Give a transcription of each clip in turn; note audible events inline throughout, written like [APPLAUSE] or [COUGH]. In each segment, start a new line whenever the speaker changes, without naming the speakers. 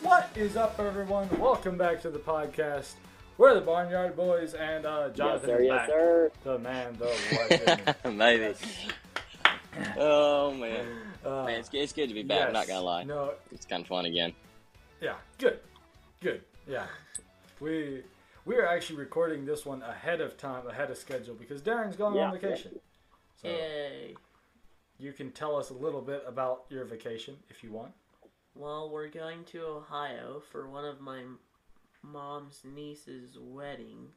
What is up, everyone? Welcome back to the podcast. We're the Barnyard Boys, and uh, Jonathan
yes, sir.
is
Yes,
back.
sir.
The man,
[LAUGHS]
the legend.
[LAUGHS] Maybe. Oh man.
Uh,
man, it's, good- it's good to be back. I'm not
yes.
gonna lie,
No,
it's kind of fun again.
yeah, good, good, yeah. We we are actually recording this one ahead of time, ahead of schedule, because Darren's going on
Yeah.
vacation. So
Yay.
you can tell us a little bit about your vacation if you want.
Well, we're going to Ohio for one of my m- mom's niece's wedding,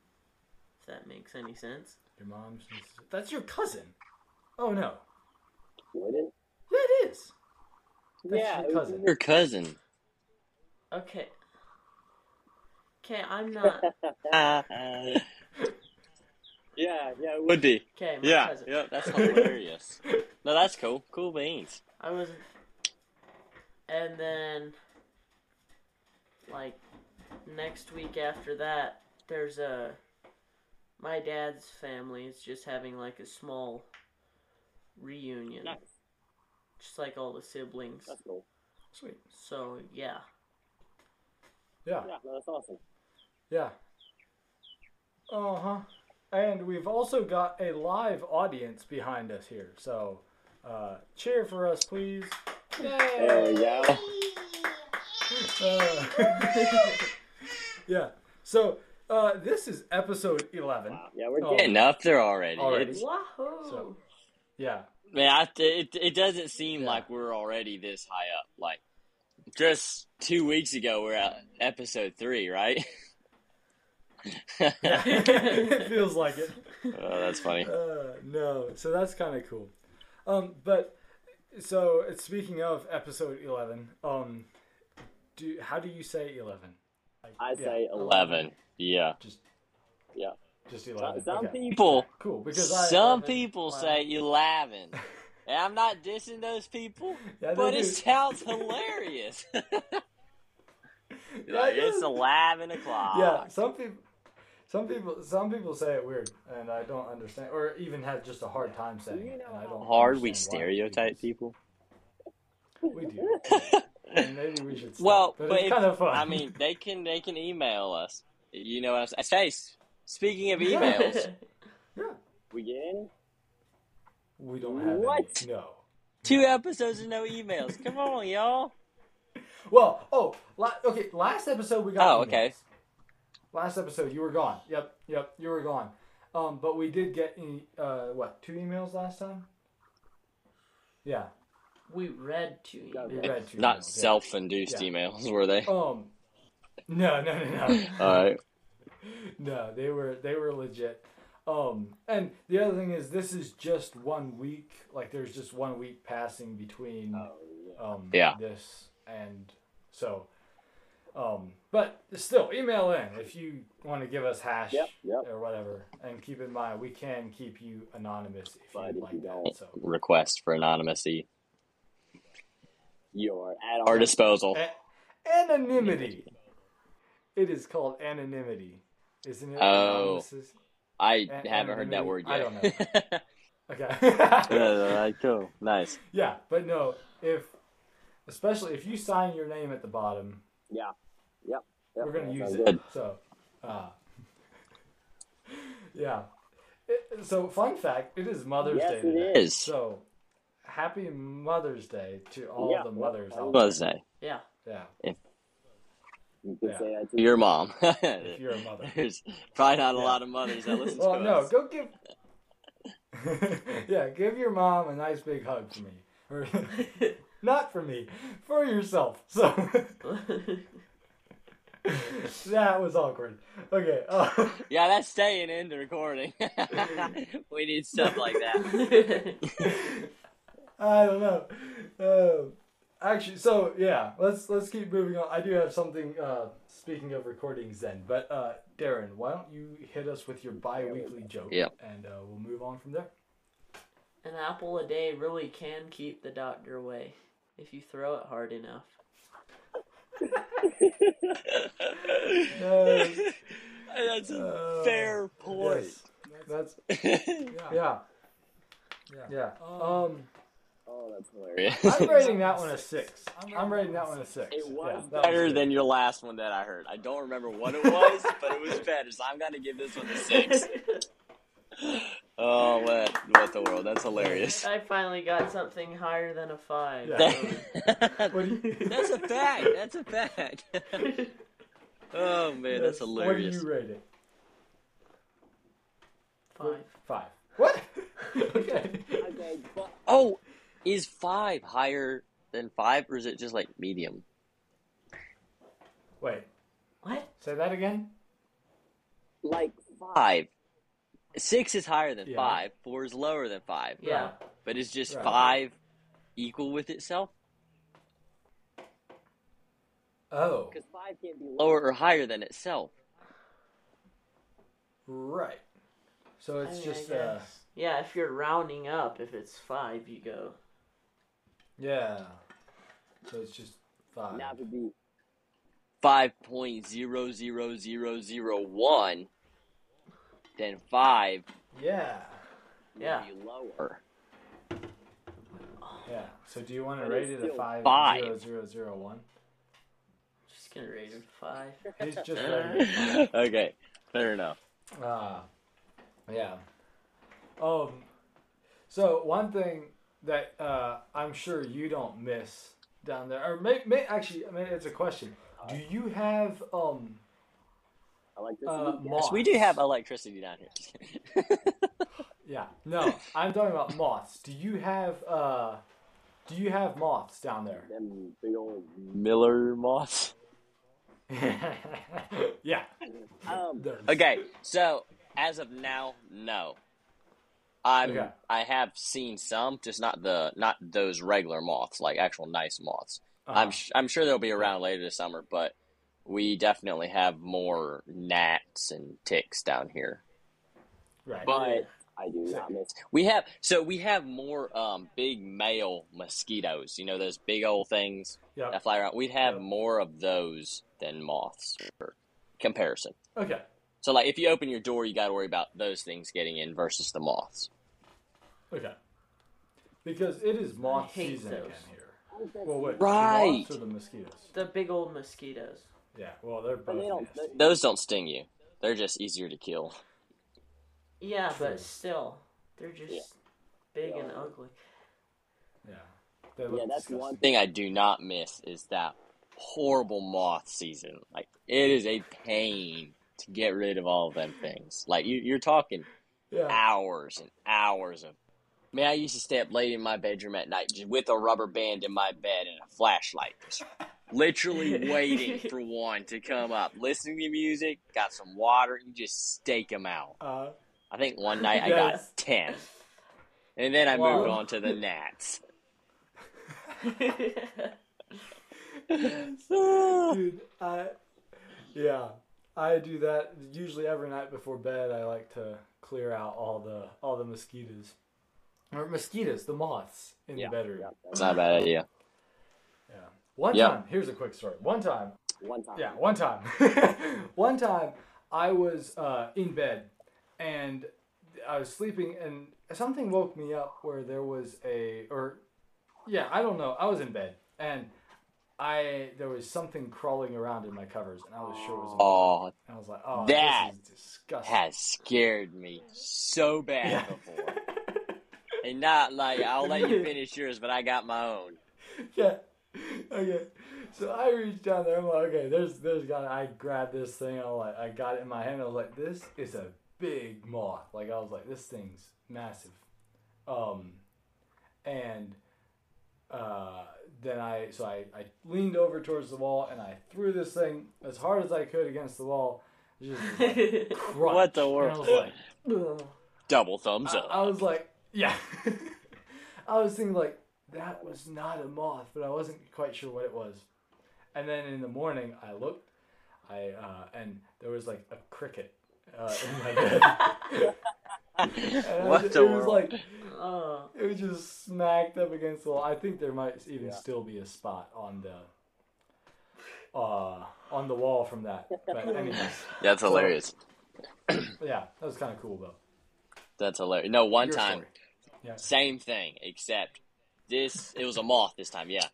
if that makes any sense.
Your mom's that's your cousin. Oh no,
Wouldn't?
yeah, it is. That's
Yeah.
your cousin.
Your
[LAUGHS]
cousin.
Okay. Okay,
[LAUGHS]
I'm not.
Would
Yeah, yeah. It
be.
Okay, my
Yeah.
cousin.
Yep.
[LAUGHS]
That's hilarious. no, that's cool. Cool beans.
I was. And then, like, next week after that, there's a. My dad's family is just having, like, a small reunion.
Nice.
Just like all the siblings.
That's cool.
Sweet.
So, yeah.
Yeah.
Yeah, no, that's awesome.
Yeah. Uh huh. And we've also got a live audience behind us here, so uh, cheer for us, please.
There we go.
Uh, [LAUGHS] yeah. So uh, this is episode eleven.
Yeah, we're
Oh.
getting.
Getting up there already.
Already.
It's-
Wahoo! [LAUGHS]
So- Yeah.
man, I, it it doesn't seem
Yeah.
like we're already this high up. Like just two weeks ago, we're at episode three, right? [LAUGHS]
yeah. it feels like it.
oh, that's funny.
Uh, no. So that's kind of cool. Um, but so it's- speaking of episode eleven, um, do how do you say eleven?
I say
Oh,
eleven.
Eleven. Yeah.
Just
Yeah.
Just eleven.
Some
Okay.
people.
Cool, because I,
Some
I-
people
Wow.
say
[LAUGHS]
eleven. And I'm not dissing those people,
Yeah, they
but it
do.
sounds
[LAUGHS]
hilarious. [LAUGHS] Like, it's
does.
eleven o'clock.
yeah. Some people, some people, some people say it weird, and I don't understand, or even have just a hard time saying.
You
it,
know
and I
how
don't
Hard we
understand why
stereotype people.
[LAUGHS]
We
[LAUGHS]
do, and maybe we should. Stop,
well,
but,
but,
it's
if-
kind of fun.
I mean, they can they can email us. You know what I'm saying? Hey, s- speaking of
Yeah. [LAUGHS]
emails,
We get in.
[LAUGHS] we don't have
what?
Any, no.
two episodes and no emails. Come on, y'all.
Well, oh, la- okay. Last episode we got.
Oh, okay.
emails. Last episode you were gone. Yep, yep, you were gone. Um, but we did get e- uh, what two emails last time? Yeah,
We read to you.
Got
we
it.
read two.
Not
emails, yeah.
self-induced
Yeah.
emails
[LAUGHS]
were they? Uh,
Um, no, no, no, no. [LAUGHS]
All right.
No, they were they were legit. Um, and the other thing is, this is just one week. Like, there's just one week passing between
Oh, yeah.
um
Yeah.
this and so. Um, but still, email in if you want to give us hash
Yep, yep.
or whatever. And keep in mind, we can keep you anonymous if
But
you
if
like
you
that.
don't-
So.
Request for anonymity.
You're at
Our disposal.
A- anonymity. It is called anonymity, isn't it?
Oh.
Anonymous?
I
An-
haven't heard that
anonymity?
word yet.
I
[LAUGHS]
don't
Oh.
Okay.
[LAUGHS]
cool. Nice.
Yeah, but no, if especially if you sign your name at the bottom,
Yeah. Yep. yep.
we're gonna
that
use
sounds
it.
good.
So, uh, [LAUGHS] yeah. It- so, fun fact: it is Mother's
Yes,
Day.
it
today.
is.
So, happy Mother's Day to all
Yeah.
the mothers out there.
Mother's Day.
Yeah.
Yeah,
You could
Yeah.
say that too.
Your mom.
[LAUGHS] if you're a
[LAUGHS]
mother.
[LAUGHS] There's probably not a
Yeah.
lot of mothers
[LAUGHS]
that listen
Well,
to
no,
us.
go give. yeah, give your mom a nice big hug for me, or [LAUGHS] not for me, for yourself. So [LAUGHS]
[LAUGHS]
that was awkward. Okay. Uh, [LAUGHS]
Yeah, that's staying in the recording. [LAUGHS] we need stuff like [LAUGHS] that.
[LAUGHS] I don't know. Um actually, so yeah, let's let's keep moving on. I do have something. Uh, speaking of recordings, then, but uh, Darren, why don't you hit us with your bi-weekly joke?
Yeah.
And uh, we'll move on from there.
An apple a day really can keep the doctor away if you throw it hard enough.
Uh,
[LAUGHS] that's a
uh,
fair point. [LAUGHS]
yes. That's
Yes.
yeah. Yeah. Um.
Oh, Oh, that's hilarious.
I'm
It
rating that one a six. I'm rating that one a six.
was
Yeah, that
better
good.
than your last one that I heard. I don't remember what it was, but it
[LAUGHS]
was better. So I'm gonna give this one a six. Oh, what, what the world? That's hilarious.
I finally got something higher than a five.
Yeah.
so-
[LAUGHS]
[LAUGHS]
That's
What do you,
a fact. That's a fact. [LAUGHS] oh man, that's hilarious.
What do you rate it?
Five.
Five. What? [LAUGHS] okay.
okay, but
Oh, is five higher than five, or is it just like medium?
Wait.
What?
Say that again.
like
Five. Six is higher than
Yeah.
five. Four is lower than five.
Yeah.
Right.
But is just
Right.
five equal with itself?
Oh.
because five can't be lower.
Lower or higher than itself?
Right. So it's
I
just uh,
guess. Yeah, if you're rounding up, if it's five, you go.
yeah. So it's just five.
Now it would be
Five point zero zero zero zero one. Then five
Yeah.
Yeah.
be lower.
or
Yeah. So do you want to
But
rate
it's
it a
still
five,
five.
zero zero zero one?
Just gonna rate him five.
He's just
Uh-huh.
rating it.
okay, fair enough.
Ah, yeah. Um, so one thing that uh, I'm sure you don't miss down there, or may, may actually, I mean, it's a question. Do you have um
I like this.
uh,
weekend.
moths?
So we do have electricity down here.
Yeah, no, I'm talking about moths. Do you have uh, do you have moths down there? [LAUGHS]
Them big old.
Miller moss.
yeah.
Um,
those.
Okay, so as of now, no. I'm
Okay.
I have seen some, just not the not those regular moths, like actual nice moths.
Uh-huh.
I'm sh- I'm sure they'll be around later this summer, but we definitely have more gnats and ticks down here.
right.
But
I do not miss.
we have so we have more um big male mosquitoes. You know those big old things
yeah.
that fly around. We'd have
Yep.
more of those than moths for comparison.
Okay.
So like if you open your door, you got to worry about those things getting in versus the moths.
Okay. Because it is moth
hate
season
those.
again here. Well, wait. The
Right.
moths or the mosquitoes?
The big old mosquitoes.
Yeah. Well, they're both.
But they don't.
nasty.
Those don't sting you. They're just easier to kill.
Yeah,
True.
but still, they're just
Yeah.
big
Yeah.
and ugly. [LAUGHS]
Yeah. They
Yeah, that's
disgusting.
one-
Thing I do not miss is that horrible moth season. Like it is a pain to get rid of all of them things. Like you, you're talking
Yeah.
hours and hours of. Man, I used to stay up late in my bedroom at night just with a rubber band in my bed and a flashlight, just literally waiting for one to come up. Listening to music, got some water, you just stake them out.
Uh,
I think one night I
Yes.
got 10. And then I moved
Wow.
on to
[LAUGHS]
the gnats.
dude, I. Yeah, I do that usually every night before bed. I like to clear out all the all the mosquitoes, or mosquitoes, the moths in
Yeah.
the bedroom.
Yeah,
Yeah.
It's
that's
not a bad idea.
One
Yeah.
time, here's a quick story. One time,
one time.
Yeah, one time. [LAUGHS] one time, I was uh, in bed and I was sleeping, and something woke me up where there was a, or yeah, I don't know. I was in bed and I there was something crawling around in my covers, and I was sure it was. A
Oh,
and I was like, oh,
that
this is disgusting.
has scared me so bad
[LAUGHS] Yeah.
before. And not like, I'll let you finish yours, but I got my own.
[LAUGHS] yeah. Okay. So I reached down there. I'm like, okay, there's there's got. I grabbed this thing. I like, I got it in my hand. I was like, this is a big moth. Like I was like, this thing's massive. Um, and uh, then I so I, I leaned over towards the wall and I threw this thing as hard as I could against the wall. It Just
[LAUGHS]
like, crunch.
What the
And I
world?
was like,
Ugh.
Double thumbs
I, [LAUGHS]
up.
I was like, yeah. [LAUGHS] I was thinking like that was not a moth, but I wasn't quite sure what it was. And then in the morning, I looked, I uh, and there was like a cricket uh, in my bed. [LAUGHS] And I
what
was-
the
it was
world?
like
Oh,
it was just smacked up against the wall. I think there might even
Yeah.
still be a spot on the uh, on the wall from that. But anyways,
[LAUGHS] That's hilarious.
yeah, that was kind of cool though.
That's hilarious. No, one
Your
time,
story. Yeah.
same thing, except this it was a moth this time, yeah.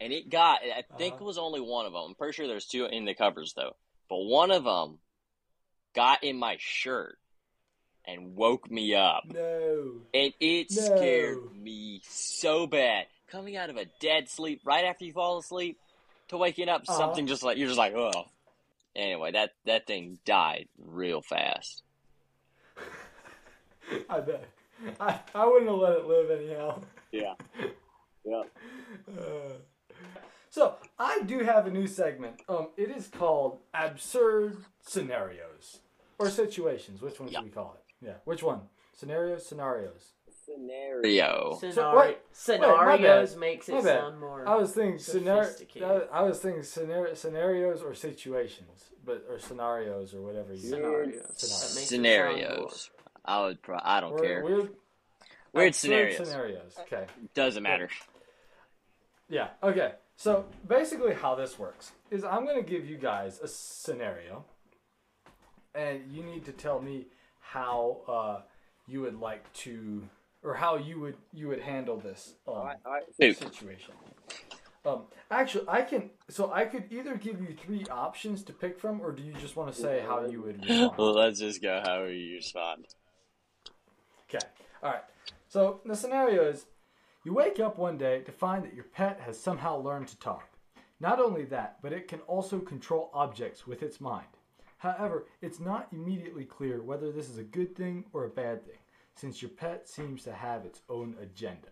And it got I think
Uh-huh.
it was only one of them. I'm pretty sure there's two in the covers though. But one of them got in my shirt and woke me up.
No.
And it
No.
scared me so bad. Coming out of a dead sleep right after you fall asleep to waking up
Uh-huh.
something just like you're just like, oh. Anyway, that that thing died real fast.
[LAUGHS] I bet. I, I wouldn't have let it live anyhow. [LAUGHS]
Yeah. Yeah.
Uh, so I do have a new segment. Um, it is called absurd scenarios or situations. Which one
Yeah.
should we call it? Yeah. Which one? Scenarios. Scenarios.
Scenario.
Rio.
Scenari-
So, wait, wait, my bad.
scenarios makes
My
it
bad.
sound more.
I was thinking scenario.
Sophisticated.
I was thinking scenario, scenarios or situations, but or scenarios or whatever you.
scenarios.
Scenarios.
That makes it sound more-
Scenarios. I would. Pro- I don't
Weird-
care.
Weird,
Weird
absurd
scenarios.
scenarios. Okay.
Doesn't matter.
Yeah. Okay. So basically, how this works is I'm going to give you guys a scenario, and you need to tell me how uh, you would like to, or how you would you would handle this
All
um,
right, all right.
Dude.
situation. Um, actually, I can. So I could either give you three options to pick from, or do you just want to say how you would
Well,
respond?
let's just go how you respond.
Okay. All right. So the scenario is you wake up one day to find that your pet has somehow learned to talk. Not only that, but it can also control objects with its mind. However, it's not immediately clear whether this is a good thing or a bad thing, since your pet seems to have its own agenda.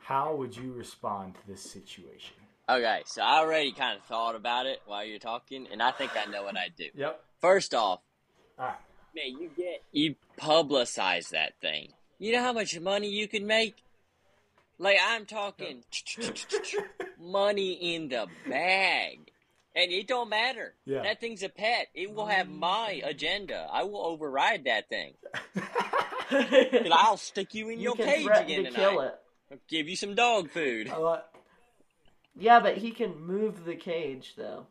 How would you respond to this situation?
Okay, so I already kind of thought about it while you're talking, and I think I know what I do.
Yep.
First off,
All right.
man, you get you publicize that thing. You know how much money you could make? Like I'm
[LAUGHS]
talking money in the bag. And it don't matter.
Yeah.
That thing's a pet. It will have my agenda. I will override that
[LAUGHS]
thing. And I'll stick you in
you
your
can
cage
threaten
again
to
tonight.
kill it.
I'll give you some dog food.
I like-
Yeah, but he can move the cage though.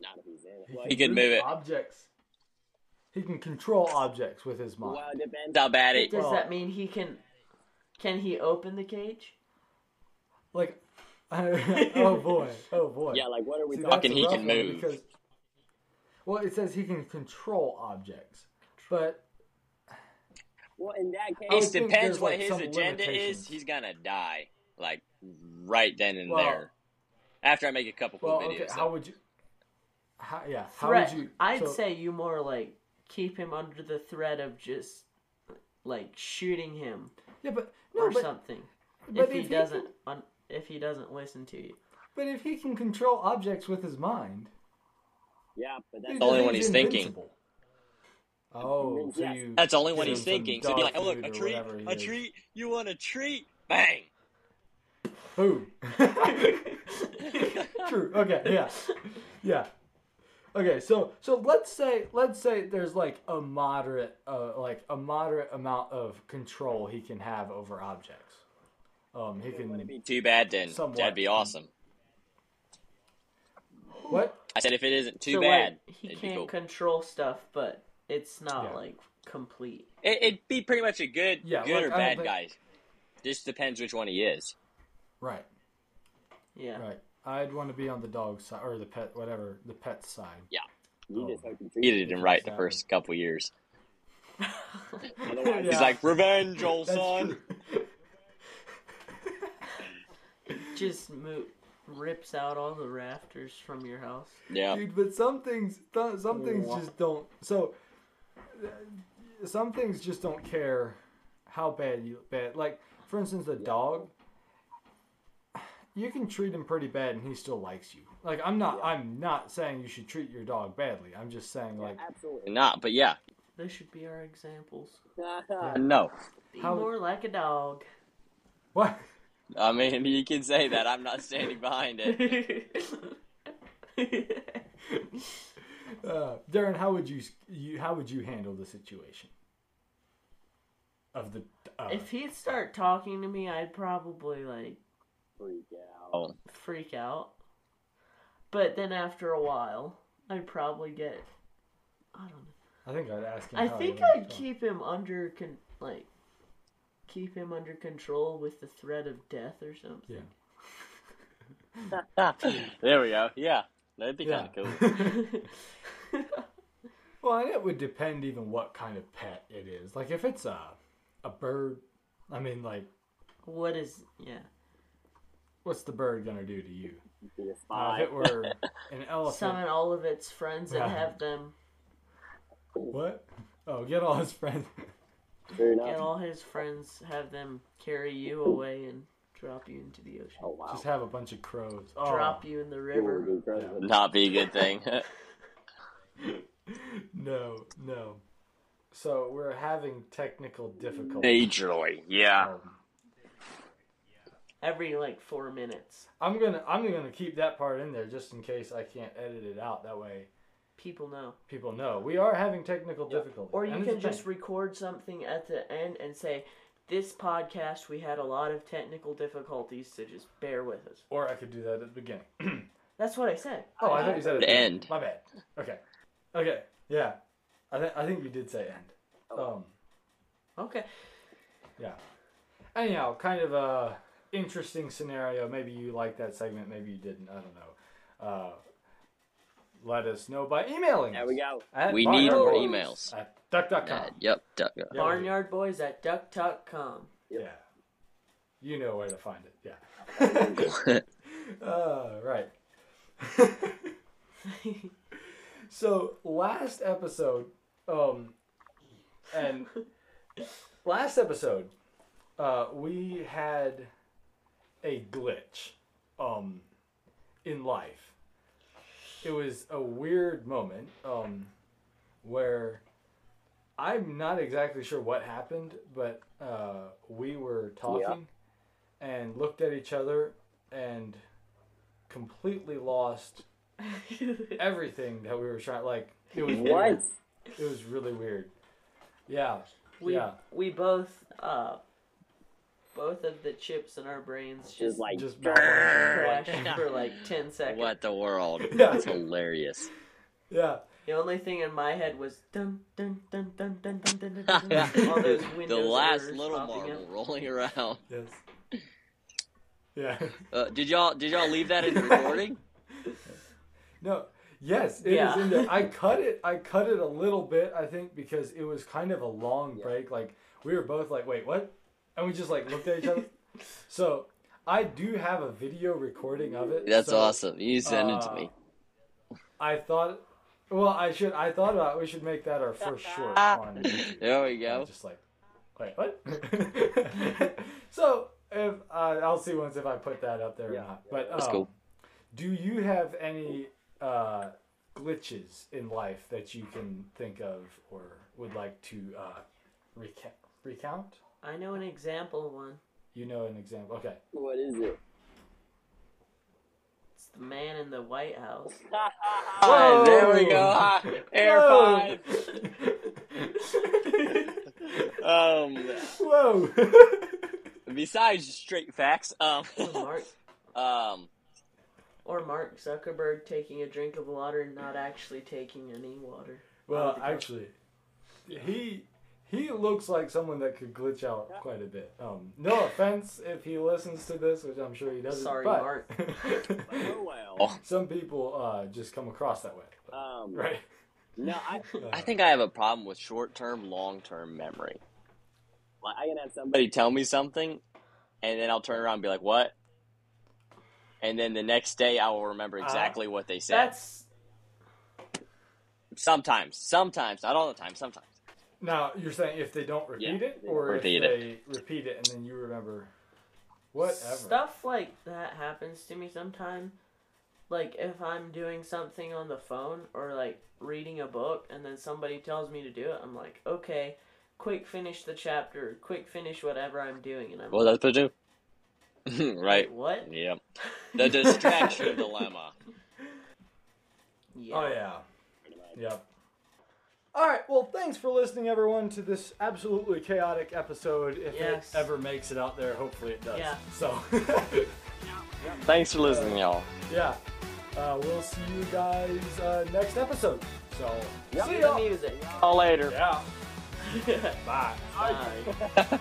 If he's in it. Well,
He could move it.
Objects. He can control objects with his mind.
well, it depends.
How bad it.
Does
Well-
that mean he can? Can he open the cage?
Like, [LAUGHS]
[LAUGHS]
oh boy, oh boy.
Yeah, like what are we
See,
talking?
that's a
he
rough
can
one
move.
Because, well, it says he can control objects, but
Well, in that
I would
case,
It
think
depends
there's,
what
like,
his
some
agenda is.
limitations.
He's gonna die, like right then and
Well-
there. After I make a couple cool
well,
videos.
okay.
so-
How would you? How, yeah. How
Threat.
would you?
I'd
so-
say you more like keep him under the threat of just like shooting him
Yeah, but no,
or
but,
something
but
if he
can-
doesn't un- if he doesn't listen to you.
but if he can control objects with his mind,
yeah, but
dude,
that's
that
only
dude's
when he's thinking.
invincible. Oh, so
Yeah.
you?
That's only when
give
he's
him some
thinking. So be
dog
like, oh look,
food
a
or
treat,
whatever he
a
is."
treat. You want a treat? Bang.
Who? [LAUGHS] True. Okay. Yeah. Yeah. Okay. So so let's say let's say there's like a moderate uh, like a moderate amount of control he can have over objects. Um, he
Would it
can
be
Too bad then.
Somewhat.
That'd be awesome.
[LAUGHS] what?
I said if it isn't too
so
bad,
like he
it'd be
can
cool.
control stuff, but it's not
Yeah.
like complete.
it, it'd be pretty much a good,
Yeah,
good
like,
or
I don't
bad
think-
guy. Just depends which one he is.
Right.
Yeah.
Right. I'd want to be on the dog side or the pet whatever the pet side.
you just hope you
He
treat
did him right the
Exactly.
first couple years.
it.
[LAUGHS]
Otherwise,
Yeah.
He's like revenge, old
That's
son.
true.
Just mo- rips out all the rafters from your house.
Yeah.
Dude, but some things, th- some things
Wow.
just don't. So, uh, some things just don't care how bad you bad. Like for instance, the dog. You can treat him pretty bad, and he still likes you. Like I'm not, I'm not saying you should treat your dog badly. I'm just saying like, [LAUGHS]
absolutely.
Not, but yeah.
They should be our examples.
No.
Be
How-
more like a dog. [LAUGHS]
what?
I mean, you can say that. I'm not standing behind [LAUGHS] it.
Uh, Darren, how would you, s- you, how would you handle the situation? Of the, uh,
if he'd start talking to me, I'd probably like
[LAUGHS] Freak out.
Oh,
freak out. But then after a while, I'd probably get I don't know.
I think I'd ask him.
I
how he
think
would
I'd
respond.
keep him under con- like keep him under control with the threat of death or something?
Yeah.
there we go. Ah. Yeah, that'd be
Yeah.
kind of cool.
[LAUGHS]
[LAUGHS]
Well, and it would depend even what kind of pet it is. Like if it's a a bird, I mean, like
what is yeah?
what's the bird gonna do to you?
Be a
Now,
spy.
if it were
[LAUGHS]
an
Summon
elephant,
all of its friends and
Oh, Yeah.
have them
what? Oh, get all his friends. [LAUGHS]
Fair
get
enough.
all his friends have them carry you away and drop you into the ocean.
Oh wow.
Just have a bunch of crows. Oh,
Drop you in the
It would
river.
be great.
Not be a good thing. [LAUGHS]
no, no. So we're having technical difficulties.
Majorly. Yeah.
Um,
Every like four minutes,
I'm gonna I'm gonna keep that part in there just in case I can't edit it out. That way
people know.
people know we are having technical difficulties.
Or
And
you
it's a
can just
thing.
record something at the end and say, "This podcast we had a lot of technical difficulties, so just bear with us."
or I could do that at the beginning.
That's what I said.
Oh, I thought you said at the
End.
My bad. Okay. Okay. Yeah. I think I think you did say end. Um.
Okay.
Anyhow, kind of a interesting scenario. Maybe you liked that segment. Maybe you didn't. I don't know. Uh, let us know by emailing.
There
us
we go.
at
We need more
barnyardboys
emails.
At duck.com.
Uh, yep. duck, uh,
Yeah, we do.
Barnyard Boys at DuckTuckCom. [LAUGHS]
Yeah. You know where to find it. Yeah. [LAUGHS]
[LAUGHS]
uh, right. so last episode, um, and last episode, uh, we had a glitch, um, in life. It was a weird moment, um, where I'm not exactly sure what happened, but uh, we were talking and looked at each other and completely lost everything that we were trying. Like [LAUGHS] it was
What?
weird. It was really weird. Yeah,
we
yeah.
we both uh both of the chips in our brains
Just
just like
like
Just
[LAUGHS] crashed for like 10 seconds.
What the
[LAUGHS]
world?
Yeah.
That's hilarious.
yeah.
The only thing in my head was dun dun dun dun dun dun dun
[LAUGHS]
dun. dun all those windows
the last
errors
little
popping
marble
up.
rolling around.
Yes. Yeah. [LAUGHS]
Uh, did y'all did y'all leave
[LAUGHS]
that in the recording?
No. Yes, it is
Yeah.
in there. [LAUGHS] I cut it. I cut it a little bit, I think, because it was kind of a long break. Like we were both like, "Wait, what?" And we just like looked at each other. [LAUGHS] So I do have a video recording of it.
That's
so
awesome. You send it to
uh,
me.
I thought. Well, I should. I thought about we should make that our first
uh,
short on [LAUGHS] YouTube.
[LAUGHS] There we
And
go.
I'm Just like, wait, what? [LAUGHS] so if uh, I'll see once if I put that up there or
Yeah.
not. But
That's
um,
cool.
Do you have any uh, glitches in life that you can think of or would like to uh, reca- recount?
I know an example one.
You know an example. Okay.
[LAUGHS] what is it? [LAUGHS]
It's the man in the White
[LAUGHS]
House.
Hi,
[LAUGHS]
there we
Whoa.
go. Hi. Air
Whoa.
five. Um,
Whoa. [LAUGHS]
besides straight facts, um, [LAUGHS]
Or Mark
um,
or Mark Zuckerberg taking a drink of water and not actually taking any water.
well, actually, he. He looks like someone that could glitch out quite a bit. Um, no offense if he listens to this, which I'm sure he doesn't.
Sorry,
but-
Mark.
Oh well.
[LAUGHS] Some people uh, just come across that way.
Um.
Right. Uh,
No, I
I think I have a problem with short term, long term memory.
like, I can have somebody.
Somebody tell me something, and then I'll turn around and be like, "What?" And then the next day, I will remember
Uh,
exactly what they said.
That's
Sometimes, sometimes, not all the time. Sometimes.
Now you're saying if they don't repeat
Yeah,
it, or if
repeat
they
it.
repeat it and then you remember whatever.
Stuff like that happens to me sometime. Like if I'm doing something on the phone or like reading a book and then somebody tells me to do it, I'm like, okay, quick finish the chapter, quick finish whatever I'm doing, and I'm
Well,
like,
that's what I do. [LAUGHS] right.
what?
Yep. The distraction dilemma.
Yeah.
Oh yeah. Yep. All right. Well, thanks for listening, everyone, to this absolutely chaotic episode. If
Yes.
it ever makes it out there, hopefully it does.
Yeah.
So, [LAUGHS]
Thanks for listening, y'all.
yeah. Uh, we'll see you guys uh, next episode. So, see [LAUGHS]
Cue the
ya.
music. [LAUGHS]
All later.
Yeah. Bye.
Bye.